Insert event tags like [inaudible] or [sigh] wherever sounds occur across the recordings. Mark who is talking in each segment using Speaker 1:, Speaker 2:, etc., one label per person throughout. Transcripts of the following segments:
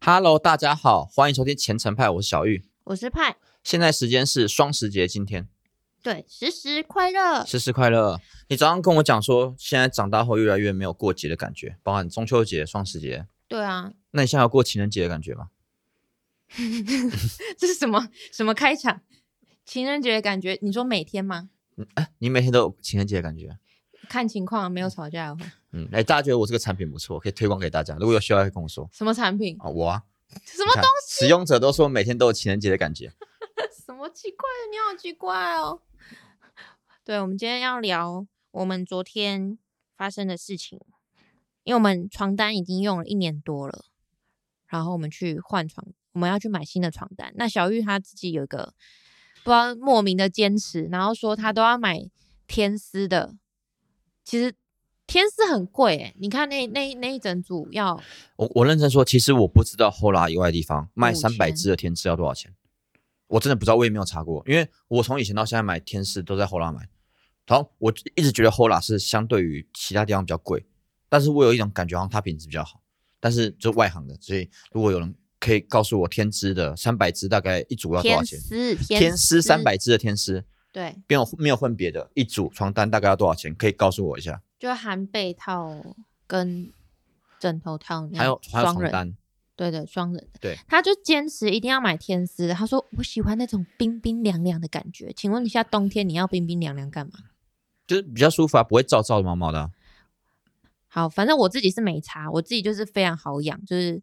Speaker 1: Hello，大家好，欢迎收听前程派，我是小玉。
Speaker 2: 我是派，
Speaker 1: 现在时间是双十节，今天
Speaker 2: 对，时时快乐。
Speaker 1: 时时快乐。你早上跟我讲说，现在长大后越来越没有过节的感觉，包含中秋节、双十节。
Speaker 2: 对啊，
Speaker 1: 那你现在有过情人节的感觉吗？
Speaker 2: [laughs] 这是什么什么开场？情人节的感觉，你说每天吗？
Speaker 1: 你每天都有情人节的感觉？
Speaker 2: 看情况，没有吵架的话，
Speaker 1: 嗯，哎，大家觉得我这个产品不错，可以推广给大家。如果有需要，可以跟我说
Speaker 2: 什么产品？
Speaker 1: 啊。我啊，
Speaker 2: 什么
Speaker 1: 东西？使用者都说每天都有情人节的感觉。
Speaker 2: 什么奇怪的？你好奇怪哦。对，我们今天要聊我们昨天发生的事情，因为我们床单已经用了一年多了，然后我们去换床，我们要去买新的床单。那小玉她自己有一个不知道莫名的坚持，然后说她都要买天丝的，其实天丝很贵诶、欸你看那那那一整组要
Speaker 1: 我我认真说，其实我不知道后拉以外的地方卖
Speaker 2: 五
Speaker 1: 三
Speaker 2: 千
Speaker 1: 百只的天丝要多少钱，我真的不知道，我也没有查过，因为我从以前到现在买天丝都在后拉买，然后我一直觉得后拉是相对于其他地方比较贵，但是我有一种感觉好像它品质比较好，但是就外行的，所以如果有人可以告诉我天丝的三百只大概一组要多少
Speaker 2: 天
Speaker 1: 钱，
Speaker 2: 丝
Speaker 1: 天丝三百只的天丝，
Speaker 2: 对，
Speaker 1: 没有没有混别的，一组床单大概要多少钱，可以告诉我一下？
Speaker 2: 就含被套跟枕头套那样，
Speaker 1: 还有还有
Speaker 2: 双
Speaker 1: 床
Speaker 2: 人，
Speaker 1: 单，
Speaker 2: 对对，双人的。
Speaker 1: 对，
Speaker 2: 他就坚持一定要买天丝的。他说我喜欢那种冰冰凉凉的感觉。请问一下，冬天你要冰冰凉凉干嘛？
Speaker 1: 就是比较舒服啊，不会燥燥毛毛的啊、
Speaker 2: 好，反正我自己是没差，我自己就是非常好养，就是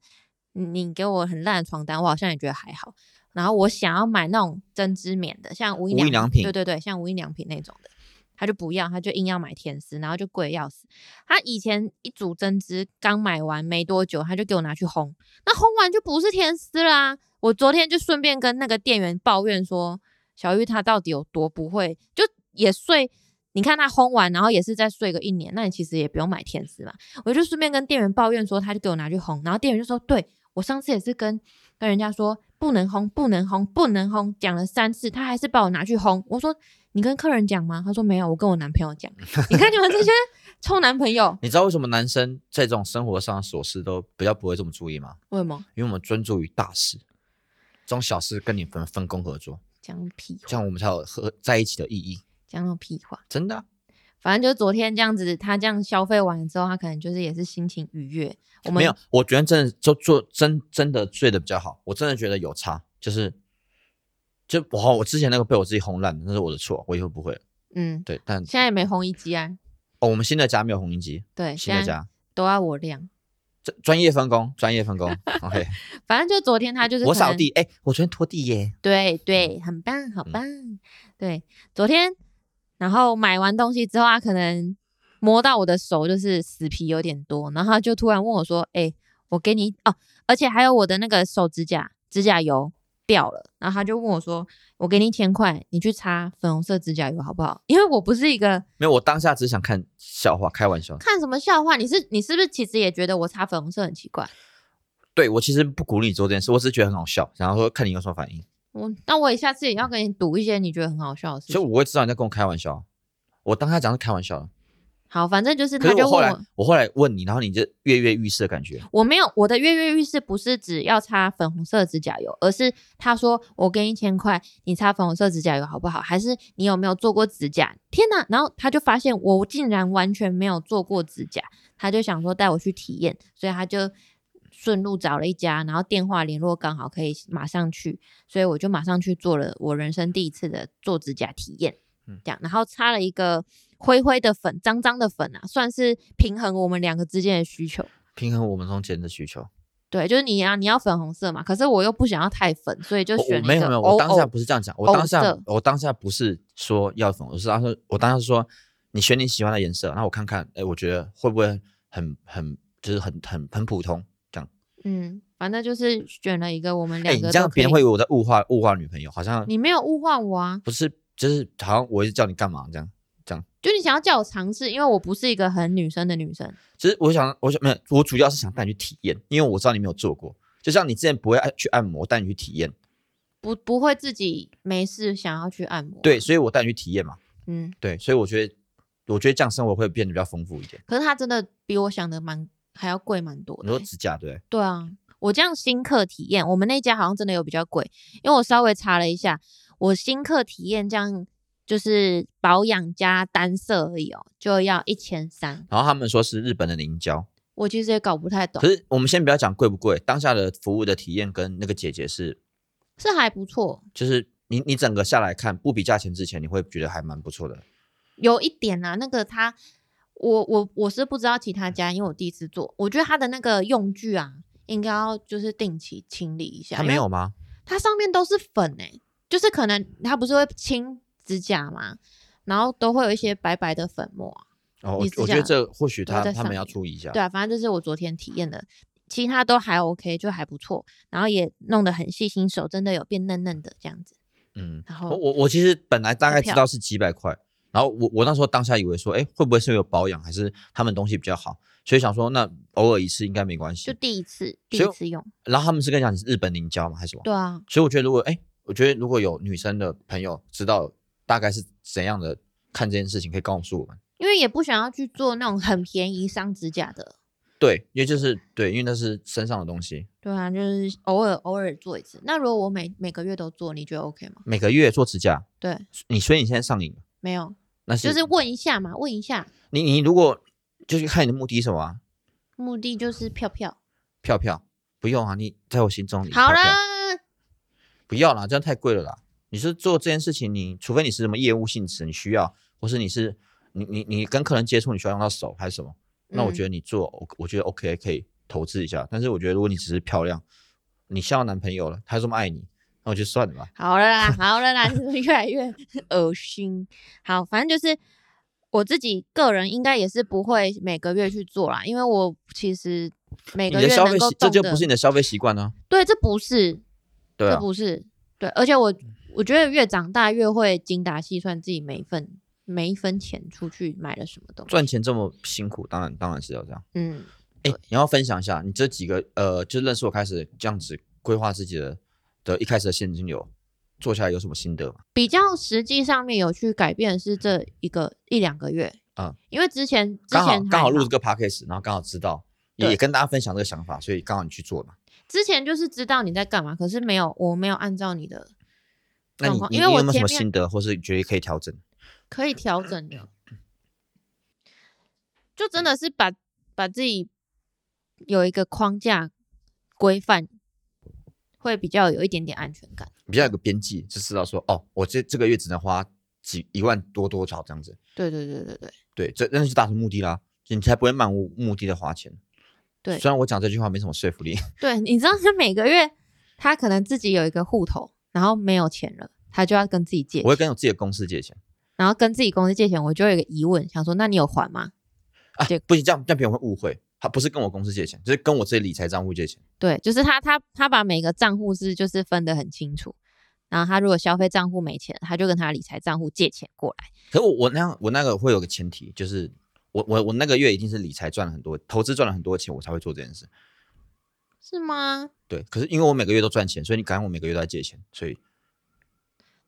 Speaker 2: 你你给我很烂的床单，我好像也觉得还好。然后我想要买那种针织棉的，像无印
Speaker 1: 无印良品
Speaker 2: 对对对，像无印良品那种的，他就不要，他就硬要买天丝，然后就贵得要死。他以前一组针织刚买完没多久，他就给我拿去烘，那烘完就不是天丝啦。我昨天就顺便跟那个店员抱怨说，小玉她到底有多不会，就也睡。你看她烘完，然后也是再睡个一年，那你其实也不用买天丝嘛。我就顺便跟店员抱怨说，他就给我拿去烘，然后店员就说，对我上次也是跟跟人家说不能烘，不能烘，不能烘，讲了三次，他还是把我拿去烘。我说你跟客人讲吗？他说没有，我跟我男朋友
Speaker 1: [laughs]
Speaker 2: 讲。你看你们这些臭男朋友，
Speaker 1: 你知道为什么男生在这种生活上的琐事都比较不会这么注意吗？
Speaker 2: 为什么
Speaker 1: 因为我们专注于大事，这种小事跟你分分工合作，
Speaker 2: 讲屁
Speaker 1: 这
Speaker 2: 话？
Speaker 1: 样我们才有合在一起的意义。
Speaker 2: 讲那种屁话。
Speaker 1: 真的啊、
Speaker 2: 反正就是昨天这样子，他这样消费完之后，他可能就是也是心情愉悦。我们
Speaker 1: 没有，我觉得真的就做真真的睡得比较好，我真的觉得有差，就是就我我之前那个被我自己轰烂的，那是我的错，我以后不会了。
Speaker 2: 嗯，
Speaker 1: 对，但
Speaker 2: 现在也没红一机啊，
Speaker 1: 哦，我们新的家没有红缨机，
Speaker 2: 对，
Speaker 1: 新
Speaker 2: 现
Speaker 1: 的
Speaker 2: 在
Speaker 1: 家
Speaker 2: 都要我晾。
Speaker 1: 专专业分工，专业分
Speaker 2: [laughs]
Speaker 1: 工。OK，
Speaker 2: 反正就昨天他就是
Speaker 1: 我
Speaker 2: 可能
Speaker 1: 扫地，哎、我昨天拖地耶，
Speaker 2: 对对，很棒，好棒。对，昨天然后买完东西之后，他可能摸到我的手就是死皮有点多，然后他就突然问我说：“哎、我给你哦，而且还有我的那个手指甲指甲油掉了。”然后他就问我说：“我给你一千块，你去擦粉红色指甲油好不好？”因为我不是一个
Speaker 1: 没有，我当下只想看笑话，开玩笑。
Speaker 2: 看什么笑话，你是你是不是其实也觉得我擦粉红色很奇怪？
Speaker 1: 对我其实不鼓励你做这件事，我只是觉得很好笑，然后说看你有什么反应。
Speaker 2: 我那我也下次也要跟你赌一些你觉得很好笑的事
Speaker 1: 所以
Speaker 2: 情。
Speaker 1: 我会知道你在跟我开玩笑。我当他讲是开玩笑的，
Speaker 2: 好，反正就是
Speaker 1: 可
Speaker 2: 他
Speaker 1: 是
Speaker 2: 就
Speaker 1: 我后
Speaker 2: 问
Speaker 1: 来
Speaker 2: 我。
Speaker 1: 我后来问你，然后你就跃跃欲试的感觉。
Speaker 2: 我没有我的跃跃欲试不是只要擦粉红色指甲油，而是他说我给你一千块，你擦粉红色指甲油好不好？还是你有没有做过指甲？天哪！然后他就发现我竟然完全没有做过指甲，他就想说带我去体验，所以他就顺路找了一家，然后电话联络刚好可以马上去，所以我就马上去做了我人生第一次的做指甲体验
Speaker 1: 嗯。
Speaker 2: 这样，然后擦了一个灰灰的粉，脏脏的粉啊，算是平衡我们两个之间的需求。
Speaker 1: 平衡我们中间的需求，
Speaker 2: 对，就是你啊，你要粉红色嘛，可是我又不想要太粉，所以就
Speaker 1: 我我
Speaker 2: 选
Speaker 1: 没
Speaker 2: 了一
Speaker 1: 有没
Speaker 2: 个
Speaker 1: 有，
Speaker 2: 偶
Speaker 1: 我当下
Speaker 2: 偶。
Speaker 1: 不是这样讲，我当下
Speaker 2: 偶色
Speaker 1: 我当下不是说要粉，我是当时我当时说你选你喜欢的颜色，然后我看看，哎，我觉得会不会很很就是很很很普通这样？
Speaker 2: 嗯，反正就是选了一个我们
Speaker 1: 哎，
Speaker 2: 两
Speaker 1: 你
Speaker 2: 个
Speaker 1: 这样
Speaker 2: 都可
Speaker 1: 别
Speaker 2: 以。
Speaker 1: 人会以为我在物化物化女朋友，好像
Speaker 2: 你没有物化我啊，
Speaker 1: 不是就是好像我一直叫你干嘛这样。
Speaker 2: 就你想要叫我尝试，因为我不是一个很女生的女生。
Speaker 1: 其实我想，我想没有，我主要是想带你去体验，因为我知道你没有做过。就像你之前不会按去按摩，我带你去体验，
Speaker 2: 不不会自己没事想要去按摩，
Speaker 1: 对，，所以我带你去体验嘛，
Speaker 2: 嗯，
Speaker 1: 对，所以我觉得，我觉得这样生活会变得比较丰富一点。
Speaker 2: 可是它真的比我想的蛮还要贵蛮多
Speaker 1: 你
Speaker 2: 的欸、
Speaker 1: 说指甲对不对，
Speaker 2: 对啊，我这样新客体验，我们那家好像真的有比较贵，因为我稍微查了一下，我新客体验这样就是保养加单色而已哦，就要一千三。
Speaker 1: 然后他们说是日本的凝胶，
Speaker 2: 我其实也搞不太懂
Speaker 1: 可，是我们先不要讲贵不贵，当下的服务的体验跟那个姐姐是，
Speaker 2: 是还不错，
Speaker 1: 就是你你整个下来看，不比价钱之前，你会觉得还蛮不错的。
Speaker 2: 有一点啊，那个它，我我我是不知道其他家，因为我第一次做，我觉得它的那个用具啊，应该要就是定期清理一下。
Speaker 1: 它
Speaker 2: 因
Speaker 1: 没
Speaker 2: 为
Speaker 1: 有吗？
Speaker 2: 它上面都是粉诶、就是可能它不是会清指甲嘛，然后都会有一些白白的粉末啊、
Speaker 1: 哦，我
Speaker 2: 你指
Speaker 1: 我觉
Speaker 2: 甲
Speaker 1: 得这或许
Speaker 2: 都
Speaker 1: 他
Speaker 2: 在
Speaker 1: 他
Speaker 2: 上
Speaker 1: 们要
Speaker 2: 面
Speaker 1: 注意一下。
Speaker 2: 对啊，反正这是我昨天体验的，其他都还 OK，就还不错，然后也弄得很细心，手真的有变嫩嫩的这样子。
Speaker 1: 嗯，
Speaker 2: 然
Speaker 1: 我
Speaker 2: 后
Speaker 1: 我我其实本来大
Speaker 2: 哦股
Speaker 1: 概知
Speaker 2: 票
Speaker 1: 道是几百块，然后我我那时候当下以为说，哎，会不会是有保养，还是他们东西比较好，所以想说那偶尔一次应该没关
Speaker 2: 就
Speaker 1: 系。
Speaker 2: 第一次第
Speaker 1: 所以
Speaker 2: 一次用，
Speaker 1: 然后他们是跟你讲你是日本凝胶吗，还是什么？
Speaker 2: 对啊，
Speaker 1: 所以我觉得如果哎，我觉得如果有女生的朋友知道大概是怎样的看这件事情，可以告诉我们。
Speaker 2: 因为也不想要去做那种很便宜伤指甲的。
Speaker 1: 对，因为就是对，因为那是身上的东西，
Speaker 2: 对啊，就是偶尔偶尔做一次。那如果我每每个月都做，你觉得 OK 吗？
Speaker 1: 每个月做指甲，
Speaker 2: 对，
Speaker 1: 你所以你现在上瘾了，
Speaker 2: 没有，
Speaker 1: 那是
Speaker 2: 就是问一下嘛，问一下，
Speaker 1: 你你如果就是看你的目的是什么、啊，
Speaker 2: 目的就是票票。
Speaker 1: 票票不用啊，你在我心中你是
Speaker 2: 好
Speaker 1: 票票
Speaker 2: 啦，
Speaker 1: 不要啦，这样太贵了啦。你是做这件事情，你除非你是什么业务性质，你需要，或是你是你你你跟客人接触，你需要用到手还是什么？那我觉得
Speaker 2: 得、
Speaker 1: 你做，我我觉得 OK 可以投资一下。但是我觉得如果你只是漂亮，你交男朋友了，他这么爱你，那我就算了吧。
Speaker 2: 好了啦，好了啦，是不是越来
Speaker 1: [laughs]
Speaker 2: 越恶心？好，反正就是我自己个人应该也是不会每个月去做啦，因为我其实每
Speaker 1: 你
Speaker 2: 个
Speaker 1: 的
Speaker 2: 月
Speaker 1: 消费
Speaker 2: 能够
Speaker 1: 习
Speaker 2: 动
Speaker 1: 这
Speaker 2: 的，
Speaker 1: 就不是你的消费习惯呢、
Speaker 2: 对，这不是，
Speaker 1: 对
Speaker 2: 这
Speaker 1: 啊，嗯
Speaker 2: 不是对，而且我我觉得越长大越会精打细算自己每一份每一分钱出去买了什么东西。
Speaker 1: 赚钱这么辛苦，当然当然是要这样。
Speaker 2: 嗯，
Speaker 1: 哎、你要分享一下你这几个呃，就认识我开始这样子规划自己的的一开始的现金流，做下来有什么心得吗？
Speaker 2: 比较实际上面有去改变的是这一个一两个月
Speaker 1: 啊
Speaker 2: 因为之前之
Speaker 1: 刚好
Speaker 2: 前
Speaker 1: 刚
Speaker 2: 还
Speaker 1: 好录这个 podcast，然后刚好知道，也
Speaker 2: 对
Speaker 1: 也跟大家分享这个想法，所以刚好你去做嘛。
Speaker 2: 之前就是知道你在干嘛，可是没有我没有按照你的
Speaker 1: 那
Speaker 2: 状
Speaker 1: 你
Speaker 2: 况，
Speaker 1: 你
Speaker 2: 因为
Speaker 1: 你
Speaker 2: 我
Speaker 1: 有没有什
Speaker 2: 前
Speaker 1: 么
Speaker 2: 面
Speaker 1: 心得，或是觉得可以调整？
Speaker 2: 可以调整的，就真的是把把自己有一个框架规范，会比较有一点点安全感。
Speaker 1: 比较有个边际，就知道说哦，我这这个月只能花几一万多多少这样子。
Speaker 2: 对对对对对
Speaker 1: 对，这那就是达成目的啦，你才不会漫无目的的花钱。
Speaker 2: 对
Speaker 1: 虽然我讲这句话没什么说服力，
Speaker 2: 对，你知道他每个月他可能自己有一个户头，然后没有钱了，他就要跟自己借
Speaker 1: 我会
Speaker 2: 钱，
Speaker 1: 跟我自己的公司借钱
Speaker 2: 然后跟自己公司借钱，我就有一个疑问，想说那你有还吗？
Speaker 1: 啊
Speaker 2: 对，
Speaker 1: 不行，这样这样别人会误会，他不是跟我公司借钱，就是跟我这些理财账户借钱。
Speaker 2: 对，就是他他他把每个账户是就是分得很清楚，然后他如果消费账户没钱，他就跟他理财账户借钱过来。
Speaker 1: 可是我我那样我那个会有个前提，就是我我我那个月一定是理财赚了很多，投资赚了很多钱，我才会做这件事。
Speaker 2: 是吗？
Speaker 1: 对，可是因为我每个月都赚钱，所以你感觉我每个月都在借钱，所以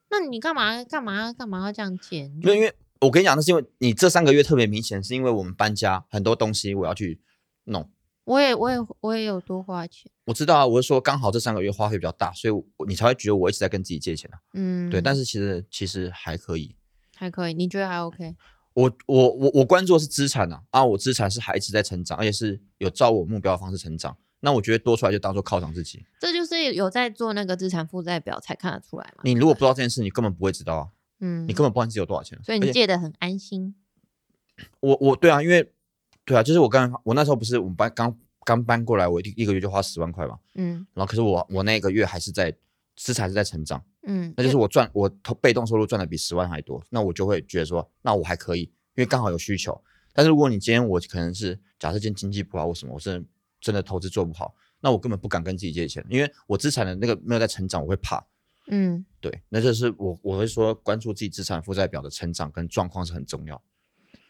Speaker 2: 那你干嘛干嘛干嘛要这样借？你
Speaker 1: 没有，
Speaker 2: 就
Speaker 1: 因为我跟你讲，那是因为你这三个月特别明显，是因为我们搬家，很多东西我要去弄。
Speaker 2: 我也我也我也有多花钱，
Speaker 1: 我知道啊，我是说刚好这三个月花费比较大，所以我你才会觉得我一直在跟自己借钱啊。
Speaker 2: 嗯，
Speaker 1: 对，但是
Speaker 2: 是
Speaker 1: 其实其实还可以。
Speaker 2: 还可以，你觉得还 OK？
Speaker 1: 我我我我关注的是资产啊，啊，我资产是还一直在成长，而且是有照我目标的方式成长。那我觉得多出来就当做犒赏自己。
Speaker 2: 这就是有在做那个资产负债表才看得出来嘛。
Speaker 1: 你如果不知道这件事，你根本不会知道啊，
Speaker 2: 嗯，
Speaker 1: 你根本不知道你自己有多少钱啊。
Speaker 2: 所以
Speaker 1: 而
Speaker 2: 你
Speaker 1: 且
Speaker 2: 借的很安心。
Speaker 1: 我我对啊，因为对啊，就是我刚我那时候不是我们搬刚刚搬过来，我一一个月就花十万块嘛，
Speaker 2: 嗯
Speaker 1: 然后可是我我那个月还是在资产是在成长，
Speaker 2: 嗯，
Speaker 1: 那就是我赚我投被动收入赚的比十万还多，那我就会觉得说，那我还可以，因为刚好有需求。但是如果你今天我可能是假设今天经济不好或什么，我真的真的投资做不好，那我根本不敢跟自己借钱，因为我资产的那个没有在成长，我会怕。
Speaker 2: 嗯，
Speaker 1: 对，那就是我我会说关注自己资产负债表的成长跟状况是很重要。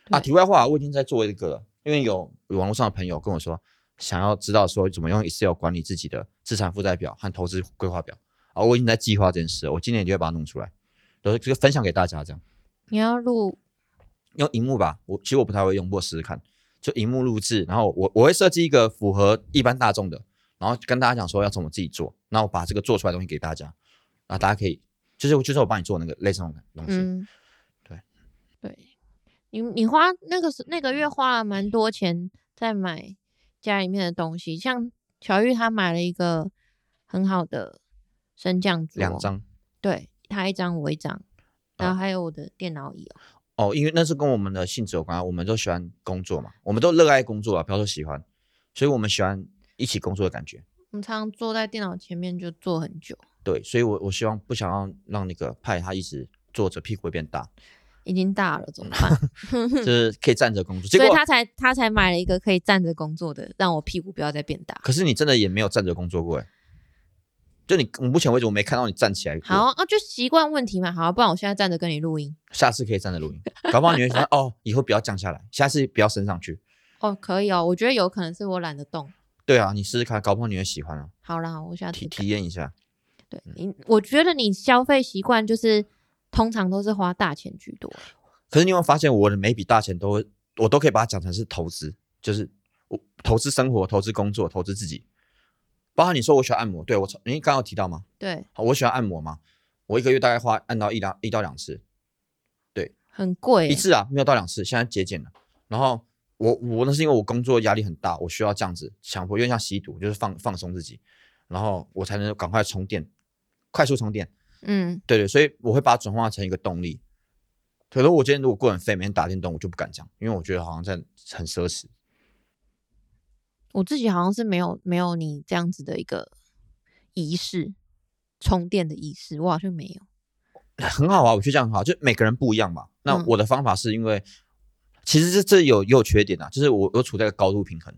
Speaker 1: 啊，
Speaker 2: 对
Speaker 1: 题外话，我已经在做一个了，因为有有网络上的朋友跟我说，想要知道说怎么用 Excel 管理自己的资产负债表和投资规划表啊，我已经在计划这件事了，我今年就会把它弄出来，然后这个分享给大家，这样
Speaker 2: 你要录
Speaker 1: 用荧幕吧，我其实我不太会用，不过试试看，就荧幕录制，然后我我会设计一个符合一般大众的，然然后跟大家讲说要怎么自己做，那我把这个做出来的东西给大家，然后大家可以就是就是我帮你做那个类似那种东西，
Speaker 2: 嗯，
Speaker 1: 对
Speaker 2: 对，你你花那个时那个月花了蛮多钱在买家里面的东西，像小玉她买了一个很好的升降桌，
Speaker 1: 两，张
Speaker 2: 对，她一张我一张，然后还有我的电脑椅、哦，
Speaker 1: 哦，因为那是跟我们的性质有关啊，我们都喜欢工作嘛，我们都热爱工作啊，不要说喜欢，所以我们喜欢一起工作的感觉。
Speaker 2: 我们常常坐在电脑前面就坐很久，
Speaker 1: 对，所以我我希望不想要让那个派他一直坐着屁股会变
Speaker 2: [laughs]
Speaker 1: 大，
Speaker 2: 已经大了怎么办？
Speaker 1: 就是可以站着工作。结
Speaker 2: 所以
Speaker 1: 果
Speaker 2: 她才她才买了一个可以站着工作的，让我屁股不要再变大。
Speaker 1: 可是你真的也没有站着工作过哎，就你我目前为止我没看到你站起来过。
Speaker 2: 好啊，就习惯问题嘛。好、啊不然我现在站着跟你录音。
Speaker 1: 下次可以站着录音，搞不好你会想哦，以后不要降下来，下次不要升上去。
Speaker 2: 哦，可以哦，我觉得有可能是我懒得动。
Speaker 1: 对啊，你试试看，搞不好你会喜欢啊，
Speaker 2: 好啦，我下次
Speaker 1: 体
Speaker 2: 改
Speaker 1: 体验一下。
Speaker 2: 对
Speaker 1: 嗯
Speaker 2: 你，我觉得你消费习惯就是通常都是花大钱居多。欸
Speaker 1: 可是你有没有发现，我的每笔大钱都会，我都可以把它讲成是投资，就是我投资生活、投资工作、投资自己。包含你说我喜欢按摩，对我从，你刚刚有提到吗？
Speaker 2: 对，
Speaker 1: 好我喜欢按摩嘛，我一个月大概花按到一两一到两次，
Speaker 2: 很贵
Speaker 1: 一
Speaker 2: 欸，
Speaker 1: 次啊，没有到两次，现在节俭了。然后我我那是因为我工作压力很大，我需要这样子强迫，有点像吸毒，就是放放松自己，然后我才能赶快充电，快速充电。
Speaker 2: 嗯，
Speaker 1: 对对，所以我会把它转化成一个动力。可是我今天如果过得很废，每天打电动，我就不敢讲，因为我觉得好像在很奢侈。
Speaker 2: 我自己好像是没有没有你这样子的一个仪式，充电的仪式，我好像没有。
Speaker 1: 很好啊，我觉得这样很好，就每个人不一样嘛。那
Speaker 2: 嗯
Speaker 1: 我的方法是因为，其实这这有也有缺点啊，就是我我处在一个高度平衡，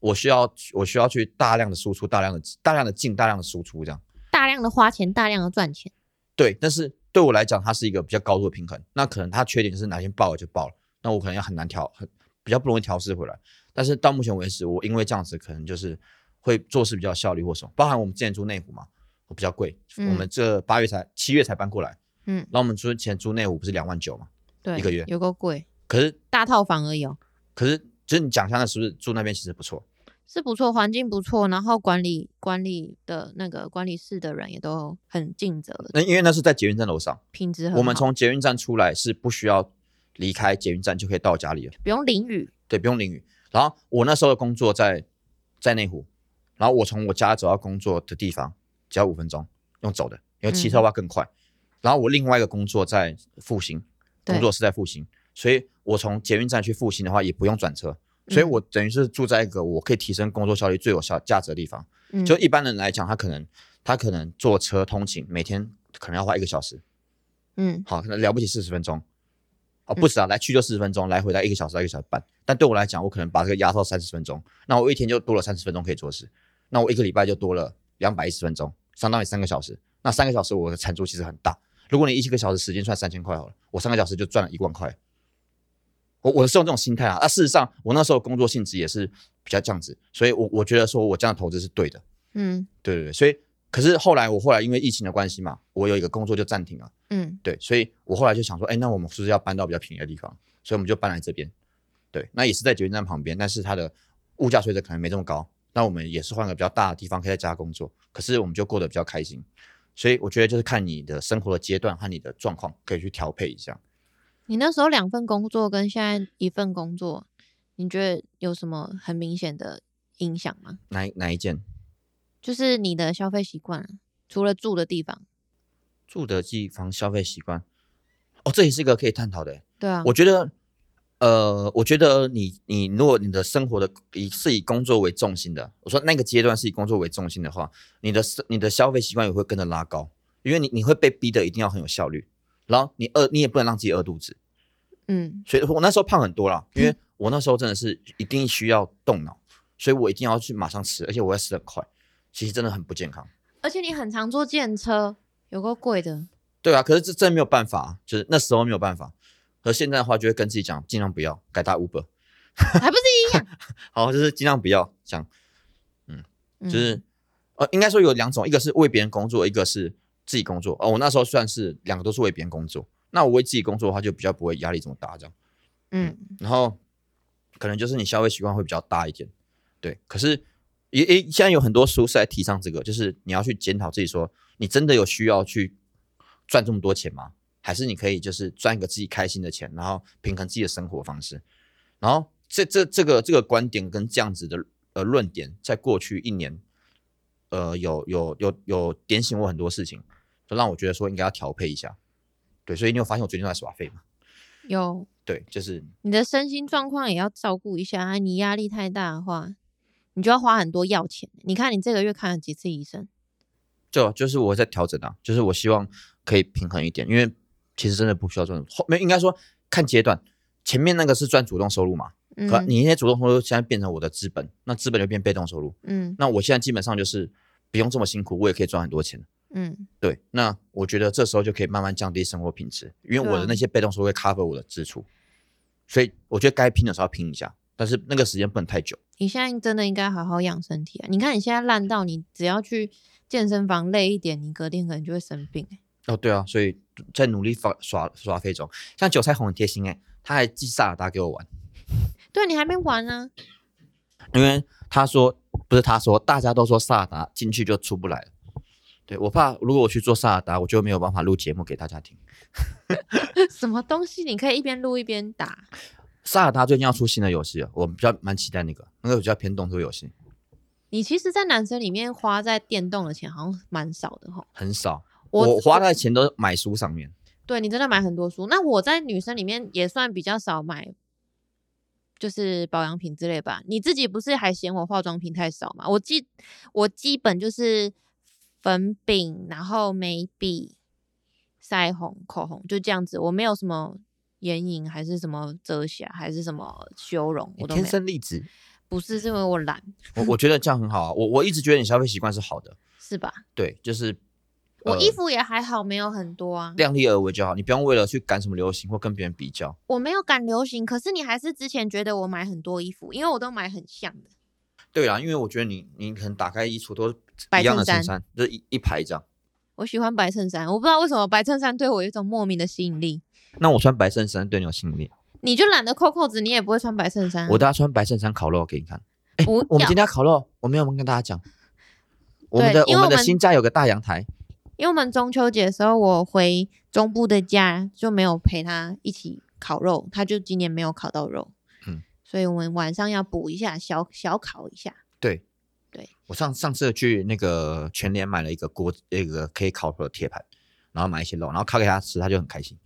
Speaker 1: 我需要我需要去大量的输出，大量的大量的进，大量的输出这样。
Speaker 2: 大量的花钱，大量的赚钱，
Speaker 1: 对，但是对我来讲，它是一个比较高度的平衡。那可能它缺点就是哪天爆了就爆了，那我可能要很难调，很比较不容易调试回来。但是到目前为止，我因为这样子，可能就是会做事比较有效率或什么。包含我们之前租内湖嘛，我比较贵，
Speaker 2: 嗯
Speaker 1: 我们这八月才七月才搬过来，
Speaker 2: 嗯，
Speaker 1: 那我们之前租内湖不是两万九嘛？
Speaker 2: 对，
Speaker 1: 一个月
Speaker 2: 有够贵，
Speaker 1: 可是
Speaker 2: 大套房而已哦，
Speaker 1: 可是就是你讲一下，那是不是住那边其实不错？
Speaker 2: 是不错，环境不错，然后管理管理的那个管理室的人也都很尽责，
Speaker 1: 那因为那是在捷运站楼上，
Speaker 2: 品嗯质很好，
Speaker 1: 我们从捷运站出来是不需要离开捷运站就可以到家里了。
Speaker 2: 不用淋雨，
Speaker 1: 对，不用淋雨。然后我那时候的工作在在内湖，然后我从我家走到工作的地方只要五分钟，用走的，因为骑车的话
Speaker 2: 嗯
Speaker 1: 更快。然后我另外一个工作在复兴，
Speaker 2: 对
Speaker 1: 工作是在复兴，所以我从捷运站去复兴的话也不用转车，
Speaker 2: 嗯
Speaker 1: 所以我等于是住在一个我可以提升工作效率最有效价值的地方。
Speaker 2: 嗯
Speaker 1: 就一般人来讲，他可能他可能坐车通勤，每天可能要花一个小时，
Speaker 2: 嗯
Speaker 1: 好，那了不起四十分钟，哦，不止啊，来去就四十分钟，来回来一个小时到一个小时半。但对我来讲，我可能把这个压到三十分钟，那我一天就多了三十分钟可以做事，那我一个礼拜就多了两百一十分钟，相当于三个小时。那三个小时我的产出其实很大。如果你一个小时时间算三千块好了，我三个小时就赚了一万块。我我是用这种心态啊，啊，事实上我那时候工作性质也是比较这样子，所以我我觉得说我这样的投资是对的，
Speaker 2: 嗯
Speaker 1: 对对对，所以可是后来我后来因为疫情的关系嘛，我有一个工作就暂停了，
Speaker 2: 嗯，
Speaker 1: 对，所以我后来就想说，哎，那我们是不是要搬到比较便宜的地方？所以我们就搬来这边。对，那也是在捷运站旁边，但是它的物价水准可能没这么高。那我们也是换个比较大的地方，可以在家工作，可是我们就过得比较开心。所以我觉得就是看你的生活的阶段和你的状况，可以去调配一下。
Speaker 2: 你那时候两份工作跟现在一份工作，你觉得有什么很明显的影响吗？
Speaker 1: 哪一哪一件
Speaker 2: 就是你的消费习惯啊，除了住的地方，
Speaker 1: 住的地方、消费习惯，哦，这也是一个可以探讨的。
Speaker 2: 对啊，
Speaker 1: 我觉得，呃，我觉得你你如果你的生活的以是以工作为重心的，我说那个阶段是以工作为重心的话，你的生你的消费习惯也会跟着拉高，因为你你会被逼的一定要很有效率，然后你饿你也不能让自己饿肚子，
Speaker 2: 嗯
Speaker 1: 所以我那时候胖很多啦，因为我那时候真的是一定需要动脑，所以我一定要去马上吃，而且我要吃得很快，其实真的很不健康。
Speaker 2: 而且你很常坐电车，有够贵的，
Speaker 1: 对啊，可是这真的没有办法啊，就是那时候没有办法，可是现在的话就会跟自己讲，尽量不要改搭 Uber，
Speaker 2: 还不是一样，
Speaker 1: [laughs] 好，就是尽量不要这样。
Speaker 2: 嗯
Speaker 1: 就是、呃，应该说有两种，一个是为别人工作，一个是自己工作。哦，我那时候算是两个都是为别人工作。那我为自己工作的话，就比较不会压力这么大这样。
Speaker 2: 嗯
Speaker 1: 然后可能就是你消费习惯会比较大一点，对。可是也也现在有很多书是在提倡这个，就是你要去检讨自己说，你真的有需要去赚这么多钱吗？还是你可以就是赚一个自己开心的钱，然后平衡自己的生活方式。然后这这这个这个观点跟这样子的呃论点，在过去一年，呃有有有有点醒我很多事情，就让我觉得说应该要调配一下。对，所以你有发现我最近都在耍废吗？
Speaker 2: 有
Speaker 1: 对，就是
Speaker 2: 你的身心状况也要照顾一下啊，你压力太大的话，你就要花很多药钱。你看你这个月看了几次医生？
Speaker 1: 就就是我在调整啊，就是我希望可以平衡一点，因为其实真的不需要赚，后面应该说看阶段，前面那个是赚主动收入嘛，可
Speaker 2: 嗯
Speaker 1: 你那些主动收入现在变成我的资本，那资本就变被动收入，
Speaker 2: 嗯
Speaker 1: 那我现在基本上就是不用这么辛苦，我也可以赚很多钱。
Speaker 2: 嗯，
Speaker 1: 对，那我觉得这时候就可以慢慢降低生活品质，因为
Speaker 2: 对啊
Speaker 1: 我的那些被动收入会 cover 我的支出，所以我觉得该拼的时候要拼一下，但是那个时间不能太久。
Speaker 2: 你现在真的应该好好养身体啊！你看你现在烂到你只要去健身房累一点，你隔天可能就会生病、欸。
Speaker 1: 哦，对啊，所以在努力耍耍耍费中，像韭菜红很贴心哎、他还寄萨尔达给我玩，
Speaker 2: 对你还没完啊呢、
Speaker 1: 因为他说不是他说，大家都说萨尔达进去就出不来了。对我怕如果我去做萨尔达，我就没有办法录节目给大家听。
Speaker 2: 什么东西你可以一边录一边打？
Speaker 1: 萨尔达最近要出新的游戏了，我比较蛮期待那个，那个比较偏动作游戏，
Speaker 2: 你其实，在男生里面花在电动的钱好像蛮少的哈。
Speaker 1: 很少。
Speaker 2: 我
Speaker 1: 我花的钱都买书上面。
Speaker 2: 对你真的买很多书。那我在女生里面也算比较少买，就是保养品之类吧。你自己不是还嫌我化妆品太少吗？我基我基本就是粉饼，然后眉笔、腮红、口红，就这样子。我没有什么眼影，还是什么遮瑕，还是什么修容，
Speaker 1: 你
Speaker 2: 我都没
Speaker 1: 天
Speaker 2: 有。
Speaker 1: 生丽质，
Speaker 2: 不是是因为我懒，
Speaker 1: 我我觉得这样很好啊。我我一直觉得你消费习惯是好的，
Speaker 2: 是吧？
Speaker 1: 对，就是
Speaker 2: 我
Speaker 1: 呃
Speaker 2: 衣服也还好，没有很多啊。
Speaker 1: 量力而为就好，你不用为了去赶什么流行或跟别人比较。
Speaker 2: 我没有赶流行，可是你还是之前觉得我买很多衣服，因为我都买很像的。
Speaker 1: 对啦，因为我觉得你你可能打开衣橱都是
Speaker 2: 白
Speaker 1: 一样的
Speaker 2: 衬
Speaker 1: 衬衫，就是一一排这样。
Speaker 2: 我喜欢白衬衫，我不知道为什么白衬衫对我有一种莫名的吸引力。
Speaker 1: 那我穿白衬衫对你有吸引力，
Speaker 2: 你就懒得扣扣子，你也不会穿白衬衫啊。
Speaker 1: 我大家穿白衬衫烤肉给你看。
Speaker 2: 不
Speaker 1: 我们
Speaker 2: 要
Speaker 1: 今天要烤肉，我们有没有跟大家讲？我们
Speaker 2: 对
Speaker 1: 的
Speaker 2: 因为
Speaker 1: 们的
Speaker 2: 我们
Speaker 1: 新家有个大阳台，
Speaker 2: 因为我们中秋节的时候，我回中部的家就没有陪他一起烤肉，他就今年没有烤到肉，
Speaker 1: 嗯
Speaker 2: 所以我们晚上要补一下，小小烤一下。
Speaker 1: 对
Speaker 2: 对，
Speaker 1: 我上上次去那个全联买了一个锅，那个可以烤肉的铁盘，然后买一些肉，然后烤给他吃，他就很开心。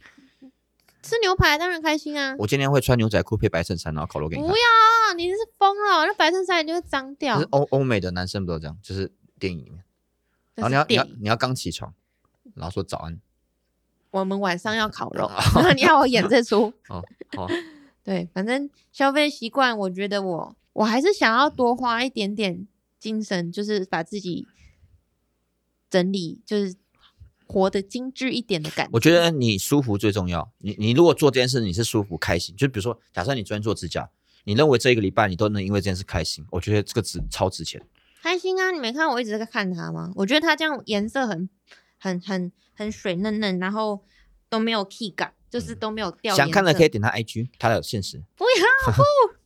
Speaker 2: 吃牛排当然开心啊！
Speaker 1: 我今天会穿牛仔裤配白衬衫，然后烤肉给
Speaker 2: 不
Speaker 1: 你看。
Speaker 2: 要，你是疯了，那白衬衫你就会脏掉
Speaker 1: 可是。欧欧美的男生不都这样？就是电影里面，然
Speaker 2: 那
Speaker 1: 后
Speaker 2: 是
Speaker 1: 哦你要你要
Speaker 2: 电影
Speaker 1: 你要刚起床，然后说早安。
Speaker 2: 我们晚上要烤 [laughs] 肉，你要我演
Speaker 1: [laughs]
Speaker 2: 这出？
Speaker 1: 哦，好啊、
Speaker 2: 对，反正消费习惯，我觉得我我还是想要多花一点点精神，就是把自己整理，就是活得精致一点的感觉。
Speaker 1: 我觉得你舒服最重要。你你如果做这件事，你是舒服开心，就比如说，假设你专做指甲，你认为这一个礼拜你都能因为这件事开心，我觉得这个值超值钱。
Speaker 2: 开心啊！你没看我一直在看它吗？我觉得它这样颜色很、很、很、很水嫩嫩，然后都没有 key 感，就是都没有掉、
Speaker 1: 嗯想看的可以点他 IG，他的现实。
Speaker 2: 不要
Speaker 1: [laughs]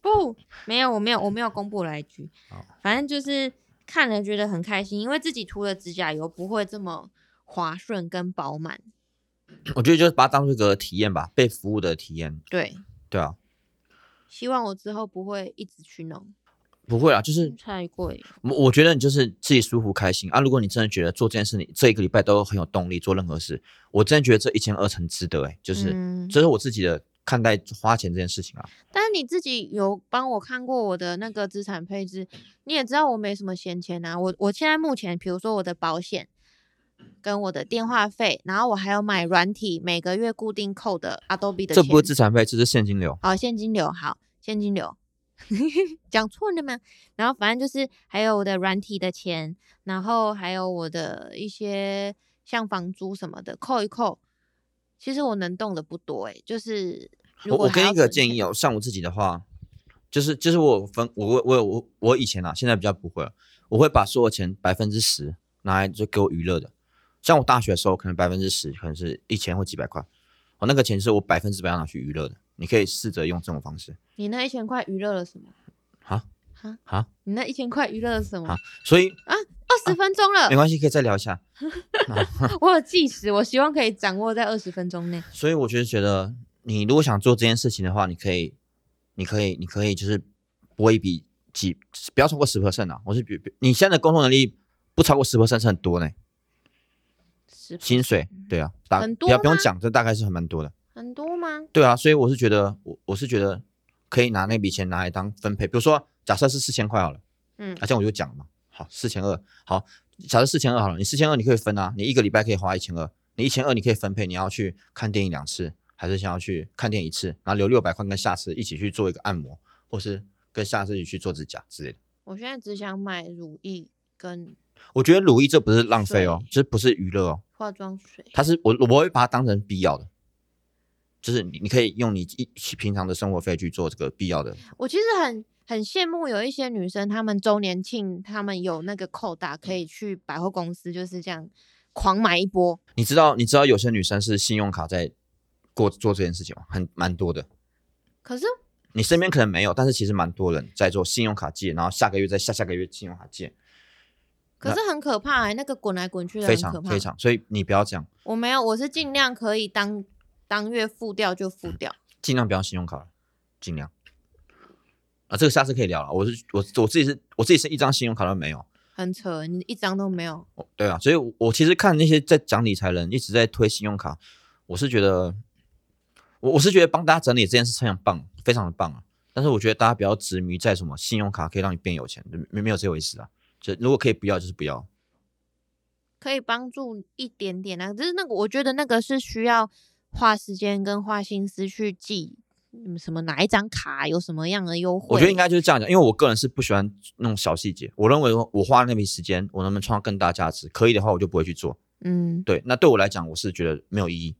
Speaker 2: 不不，没有，我没有，我没有公布来句
Speaker 1: 好，
Speaker 2: 反正就是看了觉得很开心，因为自己涂了指甲油不会这么滑顺跟饱满，
Speaker 1: 我觉得就是把它当做一个体验吧，被服务的体验。
Speaker 2: 对，
Speaker 1: 对啊，
Speaker 2: 希望我之后不会一直去弄，
Speaker 1: 不会啦，就是
Speaker 2: 太贵。哦
Speaker 1: 我我觉得你就是自己舒服开心啊。如果你真的觉得做这件事，你这一个礼拜都很有动力做任何事，我真的觉得这一千二成值得哎、就是、
Speaker 2: 嗯
Speaker 1: 这是我自己的看待花钱这件事情啊。
Speaker 2: 但是你自己有帮我看过我的那个资产配置，你也知道我没什么闲钱啊。我我现在目前，比如说我的保险跟我的电话费，然后我还有买软体，每个月固定扣的 Adobe 的
Speaker 1: 这
Speaker 2: 钱，
Speaker 1: 不是资产费，这是现金流。
Speaker 2: 哦，现金流好，现金流 [laughs] 讲错了吗？然后反正就是还有我的软体的钱，然后还有我的一些像房租什么的扣一扣，其实我能动的不多诶、就是如
Speaker 1: 我
Speaker 2: 果
Speaker 1: 我给你一个建
Speaker 2: 议，
Speaker 1: 议哦，像我自己的话，就是就是我有分我我我有我我以前啊，现在比较不会了，我会把所有钱百分之十拿来就给我娱乐的。像我大学的时候，可能百分之十可能是一千或几百块，我、那个钱是我百分之百要拿去娱乐的。你可以试着用这种方式
Speaker 2: 你那一千块娱乐了什么？
Speaker 1: 啊，
Speaker 2: 哈
Speaker 1: 啊，
Speaker 2: 你那一千块娱乐了什么
Speaker 1: 啊？所以
Speaker 2: 二十分钟了
Speaker 1: 啊没，关系，可以再聊一下。
Speaker 2: 我有计时，我希望可以掌握在二十分钟内。
Speaker 1: 所以我觉得，觉得你如果想做这件事情的话，你可以，你可以，你可以就是不会比几，不要超过十 percent 啊。我是比比你现在的工作能力不超过十 percent 是很多呢、
Speaker 2: 十
Speaker 1: 薪水对啊，大
Speaker 2: 嗯很多
Speaker 1: 不要不用
Speaker 2: 吗
Speaker 1: 讲，这大概是很蛮多的。
Speaker 2: 很多吗？
Speaker 1: 对啊，所以我是觉得，我我是觉得可以拿那笔钱拿来当分配，比如说假设是四千块好了，
Speaker 2: 嗯
Speaker 1: 啊，这样我就讲嘛，好，四千二，好，假设四千二好了，你四千二你可以分啊，你一个礼拜可以花一千二，你一千二你可以分配，你要去看电影两次，还是想要去看电影一次，然后留六百块跟下次一起去做一个按摩，或是跟下次一起去做指甲之类的。
Speaker 2: 我现在只想买乳液跟
Speaker 1: 我觉得鲁艺这不是浪费哦
Speaker 2: 对，
Speaker 1: 这不是娱乐哦，
Speaker 2: 化妆水。
Speaker 1: 它是我我会把它当成必要的，就是你你可以用你一平常的生活费去做这个必要的
Speaker 2: 我其实很很羡慕有一些女生，她们周年庆，她们有那个扣打，可
Speaker 1: 嗯
Speaker 2: 以去百货公司就是这样狂买一波。
Speaker 1: 你知道你知道有些女生是信用卡在过做这件事情吗？很蛮多的。
Speaker 2: 可是
Speaker 1: 你身边可能没有，但是其实蛮多人在做信用卡借，然后下个月再下下个月信用卡借，
Speaker 2: 可是很可怕、欸，那个滚来滚去的
Speaker 1: 非
Speaker 2: 很可
Speaker 1: 常
Speaker 2: 怕
Speaker 1: 非。常。所以你不要这样，
Speaker 2: 我没有，我是尽量可以当当月付掉就付掉。
Speaker 1: 尽量不要信用卡了，尽量。啊，这个下次可以聊了。我是我我自己是我自己是一张信用卡都没有，
Speaker 2: 很扯，你一张都没有。
Speaker 1: 哦对啊，所以我我其实看那些在讲理财的人一直在推信用卡，我是觉得，我我是觉得帮大家整理这件事非常棒，非常的棒啊。但是我觉得大家不要执迷在什么信用卡可以让你变有钱，没没有这回事啊。就如果可以不要就是不要，
Speaker 2: 可以帮助一点点啊，只是那个我觉得那个是需要花时间跟花心思去记，嗯，什么哪一张卡有什么样的优惠，
Speaker 1: 我觉得应该就是这样讲，因为我个人是不喜欢那种小细节。我认为我花那笔时间，我能不能创造更大价值？可以的话，我就不会去做。
Speaker 2: 嗯
Speaker 1: 对，那对我来讲，我是觉得没有意义，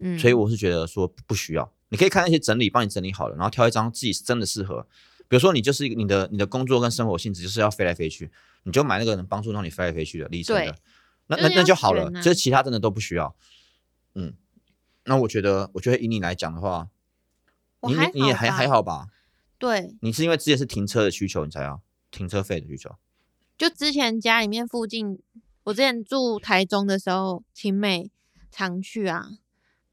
Speaker 2: 嗯，
Speaker 1: 所以我是觉得说不需要。你可以看那些整理，帮你整理好了，然后挑一张自己真的适合。比如说，你就是一个你的你的工作跟生活性质就是要飞来飞去，你就买那个能帮助让你飞来飞去的里程的
Speaker 2: 对，
Speaker 1: 那
Speaker 2: 就
Speaker 1: 那
Speaker 2: 是
Speaker 1: 那
Speaker 2: 要
Speaker 1: 就好了
Speaker 2: 选。啊
Speaker 1: 就是其他真的都不需要。嗯，那我觉得，我觉得以你来讲的话，
Speaker 2: 我
Speaker 1: 你
Speaker 2: 还
Speaker 1: 你你也
Speaker 2: 好
Speaker 1: 还
Speaker 2: 吧
Speaker 1: 还好吧？
Speaker 2: 对，
Speaker 1: 你是因为之前是停车的需求，你才要停车费的需求。
Speaker 2: 就之前家里面附近，我之前住台中的时候，青妹常去啊，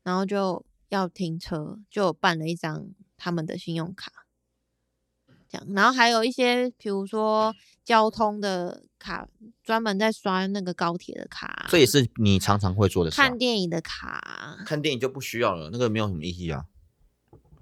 Speaker 2: 然后就要停车，就有办了一张他们的信用卡，这样，然后还有一些比如说交通的卡，专门在刷那个高铁的卡啊，
Speaker 1: 这也是你常常会做的事、啊
Speaker 2: 看。电影的卡，啊
Speaker 1: 看电影就不需要了，那个没有什么意义啊。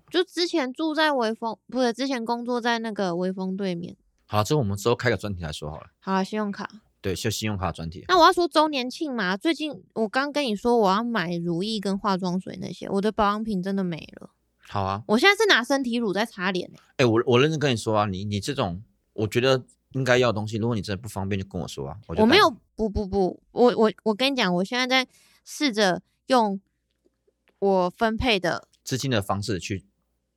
Speaker 2: 就之前住在微风，不是之前工作在那个微风对面。
Speaker 1: 好，这个我们之后开个专题来说好了。
Speaker 2: 好了，信用卡。
Speaker 1: 对，就信用卡专题。
Speaker 2: 那我要说周年庆嘛，最近我刚跟你说我要买如意跟化妆水那些，我的保养品真的没了。
Speaker 1: 好啊，
Speaker 2: 我现在是拿身体乳在擦脸、欸、
Speaker 1: 哎、我我认真跟你说啊，你你这种我觉得应该要的东西，如果你真的不方便，就跟我说啊。我就
Speaker 2: 我没
Speaker 1: 带
Speaker 2: 有，不不不，我我我跟你讲，我现在在试着用我分配的
Speaker 1: 资金的方式去，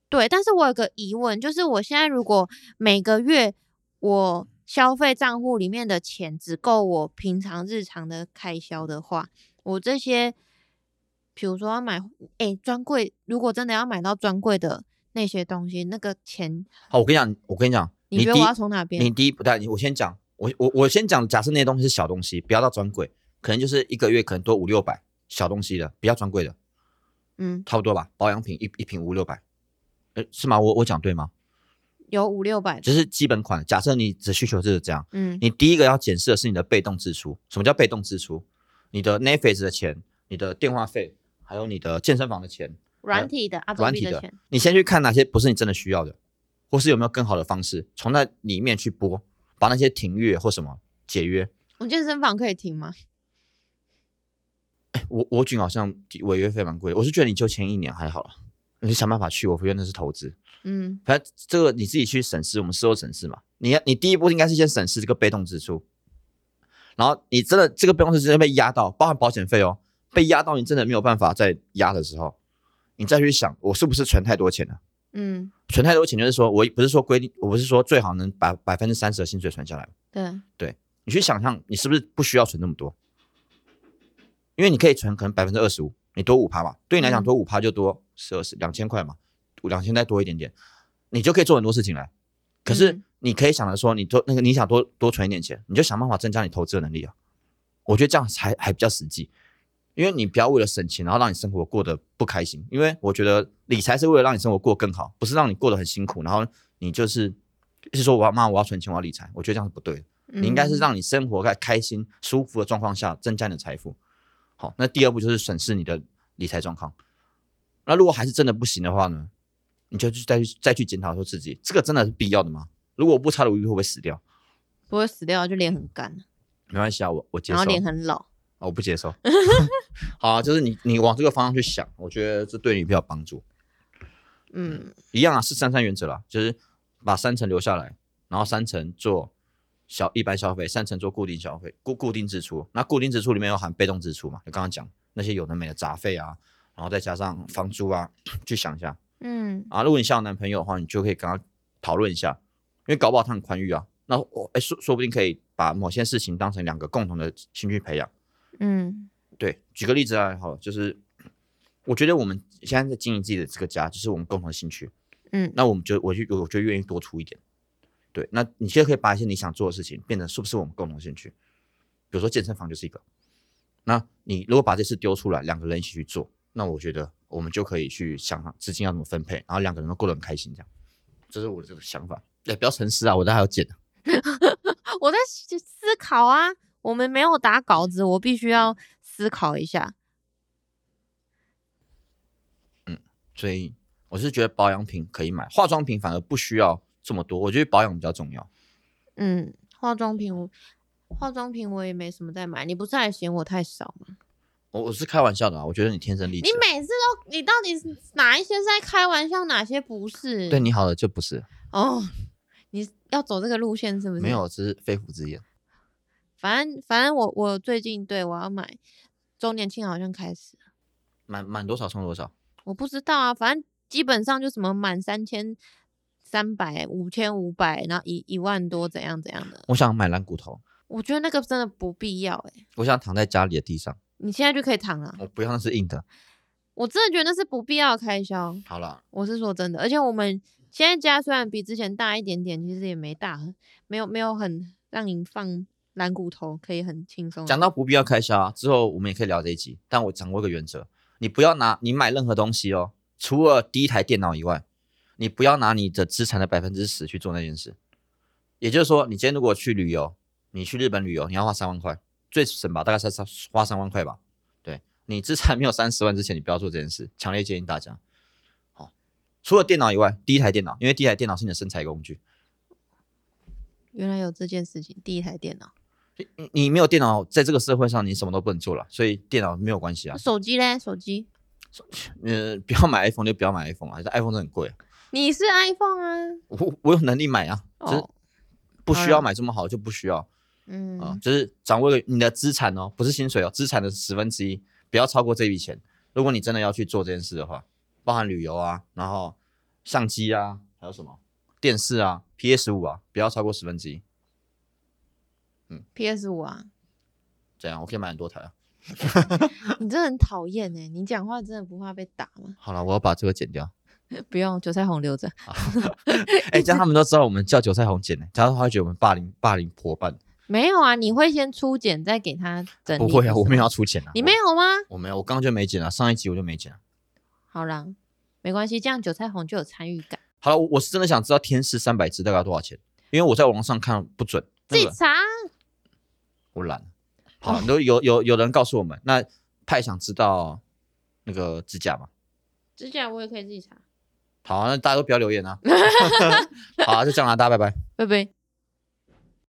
Speaker 2: 对，但是我有个疑问，就是我现在如果每个月我消费账户里面的钱只够我平常日常的开销的话，我这些，比如说要买，哎，专柜如果真的要买到专柜的那些东西，那个钱，
Speaker 1: 好，我跟你讲，我跟你讲，
Speaker 2: 你
Speaker 1: 你
Speaker 2: 觉得
Speaker 1: 第一
Speaker 2: 我要从哪边
Speaker 1: 你第一不带，我先讲，我我我先讲，假设那些东西是小东西，不要到专柜，可能就是一个月可能多五六百小东西的，不要专柜的。
Speaker 2: 嗯，
Speaker 1: 差不多吧，保养品一一瓶五六百，呃，是吗？我我讲对吗？
Speaker 2: 有五六百的，
Speaker 1: 这是基本款。假设你只需求是这样，
Speaker 2: 嗯，
Speaker 1: 你第一个要检视的是你的被动支出。什么叫被动支出？你的 Netflix 的钱、你的电话费，还有你的健身房的钱，
Speaker 2: 软体的阿
Speaker 1: 呃软
Speaker 2: 比
Speaker 1: 体
Speaker 2: 的
Speaker 1: 的
Speaker 2: 钱，，
Speaker 1: 你先去看哪些不是你真的需要的，或是有没有更好的方式，从那里面去拨，把那些停阅或什么解约。
Speaker 2: 我健身房可以停吗？
Speaker 1: 哎我我觉得好像违约费蛮贵的，我是觉得你就签一年还好，你就想办法去。我不觉得那是投资。
Speaker 2: 嗯，
Speaker 1: 反正这个你自己去审视，我们事后审视嘛。你要你第一步应该是先审视这个被动支出，然后你真的这个被动支出被压到，包含保险费哦，被压到你真的没有办法再压的时候，你再去想我是不是存太多钱了、
Speaker 2: 嗯，
Speaker 1: 存太多钱就是说我不是说规定，我不是说最好能把百分之三十的薪水存下来，
Speaker 2: 对，
Speaker 1: 你去想象你是不是不需要存那么多，因为你可以存可能百分之二十五，你多五趴嘛，对你来讲
Speaker 2: 嗯
Speaker 1: 多五趴就多十二十两千块嘛，两千再多一点点，你就可以做很多事情来。可是
Speaker 2: 嗯
Speaker 1: 你可以想着说，你多那个你想多多存一点钱，你就想办法增加你投资的能力啊。我觉得这样才还比较实际，因为你不要为了省钱，然后让你生活过得不开心。因为我觉得理财是为了让你生活过得更好，不是让你过得很辛苦，然后你就是是说我要妈我要存钱我要理财，我觉得这样是不对的。你应该是
Speaker 2: 嗯
Speaker 1: 让你生活在开心、舒服的状况下增加你的财富。好，那第二步就是审视你的理财状况。那如果还是真的不行的话呢，你就去再去再去检讨说自己这个真的是必要的吗？如果我不擦乳液会不会死掉？
Speaker 2: 不会死掉，就脸很干，
Speaker 1: 没关系啊，我我接
Speaker 2: 然
Speaker 1: 受
Speaker 2: 后，脸很老。
Speaker 1: 哦我不接受。 [laughs] 好、啊，就是你你往这个方向去想，我觉得这对你比较有帮助。
Speaker 2: 嗯，
Speaker 1: 一样啊，是三三原则啦，就是把三层留下来，然后三层做小一般消费，三层做固定消费，固固定支出。那固定支出里面有含被动支出嘛？就刚刚讲那些有的没的杂费啊，然后再加上房租啊，去想一下
Speaker 2: 嗯，
Speaker 1: 啊。如果你像我男朋友的话，你就可以跟他讨论一下，因为搞不好他很宽裕啊。那我哎、说说不定可以把某些事情当成两个共同的兴趣培养。
Speaker 2: 嗯，
Speaker 1: 对，举个例子来好了，就是我觉得我们现在在经营自己的这个家，就是我们共同的兴趣。
Speaker 2: 嗯，
Speaker 1: 那我们就我就我就愿意多出一点。对，那你现在可以把一些你想做的事情变成是不是我们共同兴趣？比如说健身房就是一个。那你如果把这事丢出来，两个人一起去做，那我觉得我们就可以去想想资金要怎么分配，然后两个人都过得很开心，这样。这是我的这个想法。对，不要沉思啊，我这还要剪。
Speaker 2: 我在思思考啊，我们没有打稿子，我必须要思考一下。
Speaker 1: 所以我是觉得保养品可以买，化妆品反而不需要这么多。我觉得保养比较重要。
Speaker 2: 嗯，化妆品我化妆品我也没什么在买，你不是还嫌我太少吗？
Speaker 1: 我我是开玩笑的啊，我觉得你天生丽质
Speaker 2: 你，每次都，你到底是哪一些是在开玩笑，哪些不是？
Speaker 1: 对你好的就不是，
Speaker 2: 哦， [laughs] 你要走这个路线是不是？
Speaker 1: 没有，只是非福之言。
Speaker 2: 反正反正我我最近对我要买周年庆好像开始了，
Speaker 1: 满满多少送多少。
Speaker 2: 我不知道啊，反正基本上就什么满三千三百、五千五百，然后一一万多怎样怎样的，
Speaker 1: 我想买蓝骨头，
Speaker 2: 我觉得那个真的不必要哎、
Speaker 1: 我想躺在家里的地上，
Speaker 2: 你现在就可以躺了，
Speaker 1: 我不要那是硬的。
Speaker 2: 我真的觉得那是不必要的开销，
Speaker 1: 好了，
Speaker 2: 我是说真的，而且我们现在家虽然比之前大一点点，其实也没大很，没有没有很让你放蓝骨头，可以很轻松地
Speaker 1: 讲到不必要开销啊，之后我们也可以聊这一集。但我掌握一个原则，你不要拿你买任何东西哦，除了第一台电脑以外，你不要拿你的资产的百分之十去做那件事。也就是说，你今天如果去旅游，你去日本旅游，你要花三万块，最省吧，大概才三花三万块吧。对你资产没有三十万之前，你不要做这件事，强烈建议大家。好，除了电脑以外，第一台电脑，因为第一台电脑是你的生财工具。
Speaker 2: 原来有这件事情，第一台电脑，
Speaker 1: 你你没有电脑，在这个社会上你什么都不能做了，所以电脑没有关系啊
Speaker 2: 那。手机嘞，手机，
Speaker 1: 呃，不要买 iPhone 就不要买 iPhone 啊，这 iPhone 真的很贵啊、
Speaker 2: 你是 iPhone 啊？
Speaker 1: 我我有能力买啊，就是
Speaker 2: 哦，
Speaker 1: 不需要
Speaker 2: 好啦
Speaker 1: 买这么好就不需要啊、
Speaker 2: 嗯，
Speaker 1: 就是掌握你的资产哦，不是薪水哦，资产的十分之一，不要超过这笔钱。如果你真的要去做这件事的话，包含旅游啊，然后相机啊，还有什么电视啊，PS 五啊，不要超过十分之一。
Speaker 2: PS 五啊， [laughs]
Speaker 1: 这样我可以买很多台啊。
Speaker 2: 你真的很讨厌哎！你讲话真的不怕被打吗？
Speaker 1: 好了，我要把这个剪掉。
Speaker 2: 不用，韭菜红留着。
Speaker 1: 哎、这样他们都知道我们叫韭菜红剪呢、这样他会觉得我们霸凌霸凌婆伴。
Speaker 2: 没有啊，你会先初剪，再给他整理。
Speaker 1: 不会啊，
Speaker 2: 是
Speaker 1: 我没有
Speaker 2: 吗
Speaker 1: 要出钱啊。
Speaker 2: 你没有吗？
Speaker 1: 我？我没有，我刚刚就没剪啊，上一集我就没剪啊。
Speaker 2: 好啦，没关系，这样韭菜红就有参与感。
Speaker 1: 好了，我我是真的想知道天师三百只大概要多少钱，因为我在网上看不准，
Speaker 2: 自己
Speaker 1: 那个
Speaker 2: 查，啊
Speaker 1: 我懒。 [laughs] 好，都有有有人告诉我们，那派想知道那个指甲嘛？
Speaker 2: 指甲我也可以自己查。
Speaker 1: [laughs] 好啊、那大家都不要留言啊。好啊，就这样啦、大家拜拜。
Speaker 2: 拜拜。